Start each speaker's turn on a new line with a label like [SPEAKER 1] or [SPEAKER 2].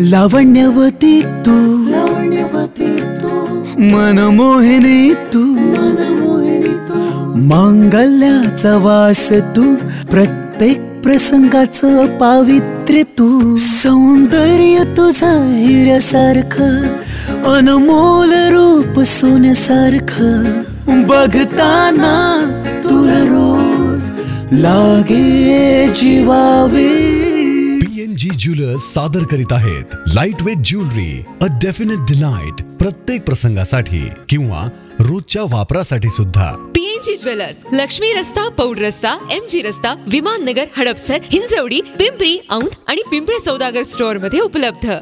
[SPEAKER 1] लावण्यवती तू मनमोहिनी तू मांगल्याचा वास तू प्रत्येक प्रसंगाचं पावित्र्य तू सौंदर्य तुझं हिऱ्यासारखं अनमोल रूप सोन्यासारखं बघताना तुला रोज लागे जीवावे
[SPEAKER 2] पीएनजी ज्वेलर्स सादर करीत आहेत light weight jewellery a definite delight प्रत्येक प्रसंगासाठी किंवा रोजच्या वापरासाठी सुद्धा
[SPEAKER 3] पीएनजी ज्वेलर्स लक्ष्मी रस्ता पौड रस्ता एम जी रस्ता विमान नगर हडपसर हिंजवडी पिंपरी औंध आणि पिंपळे सौदागर स्टोअर मध्ये उपलब्ध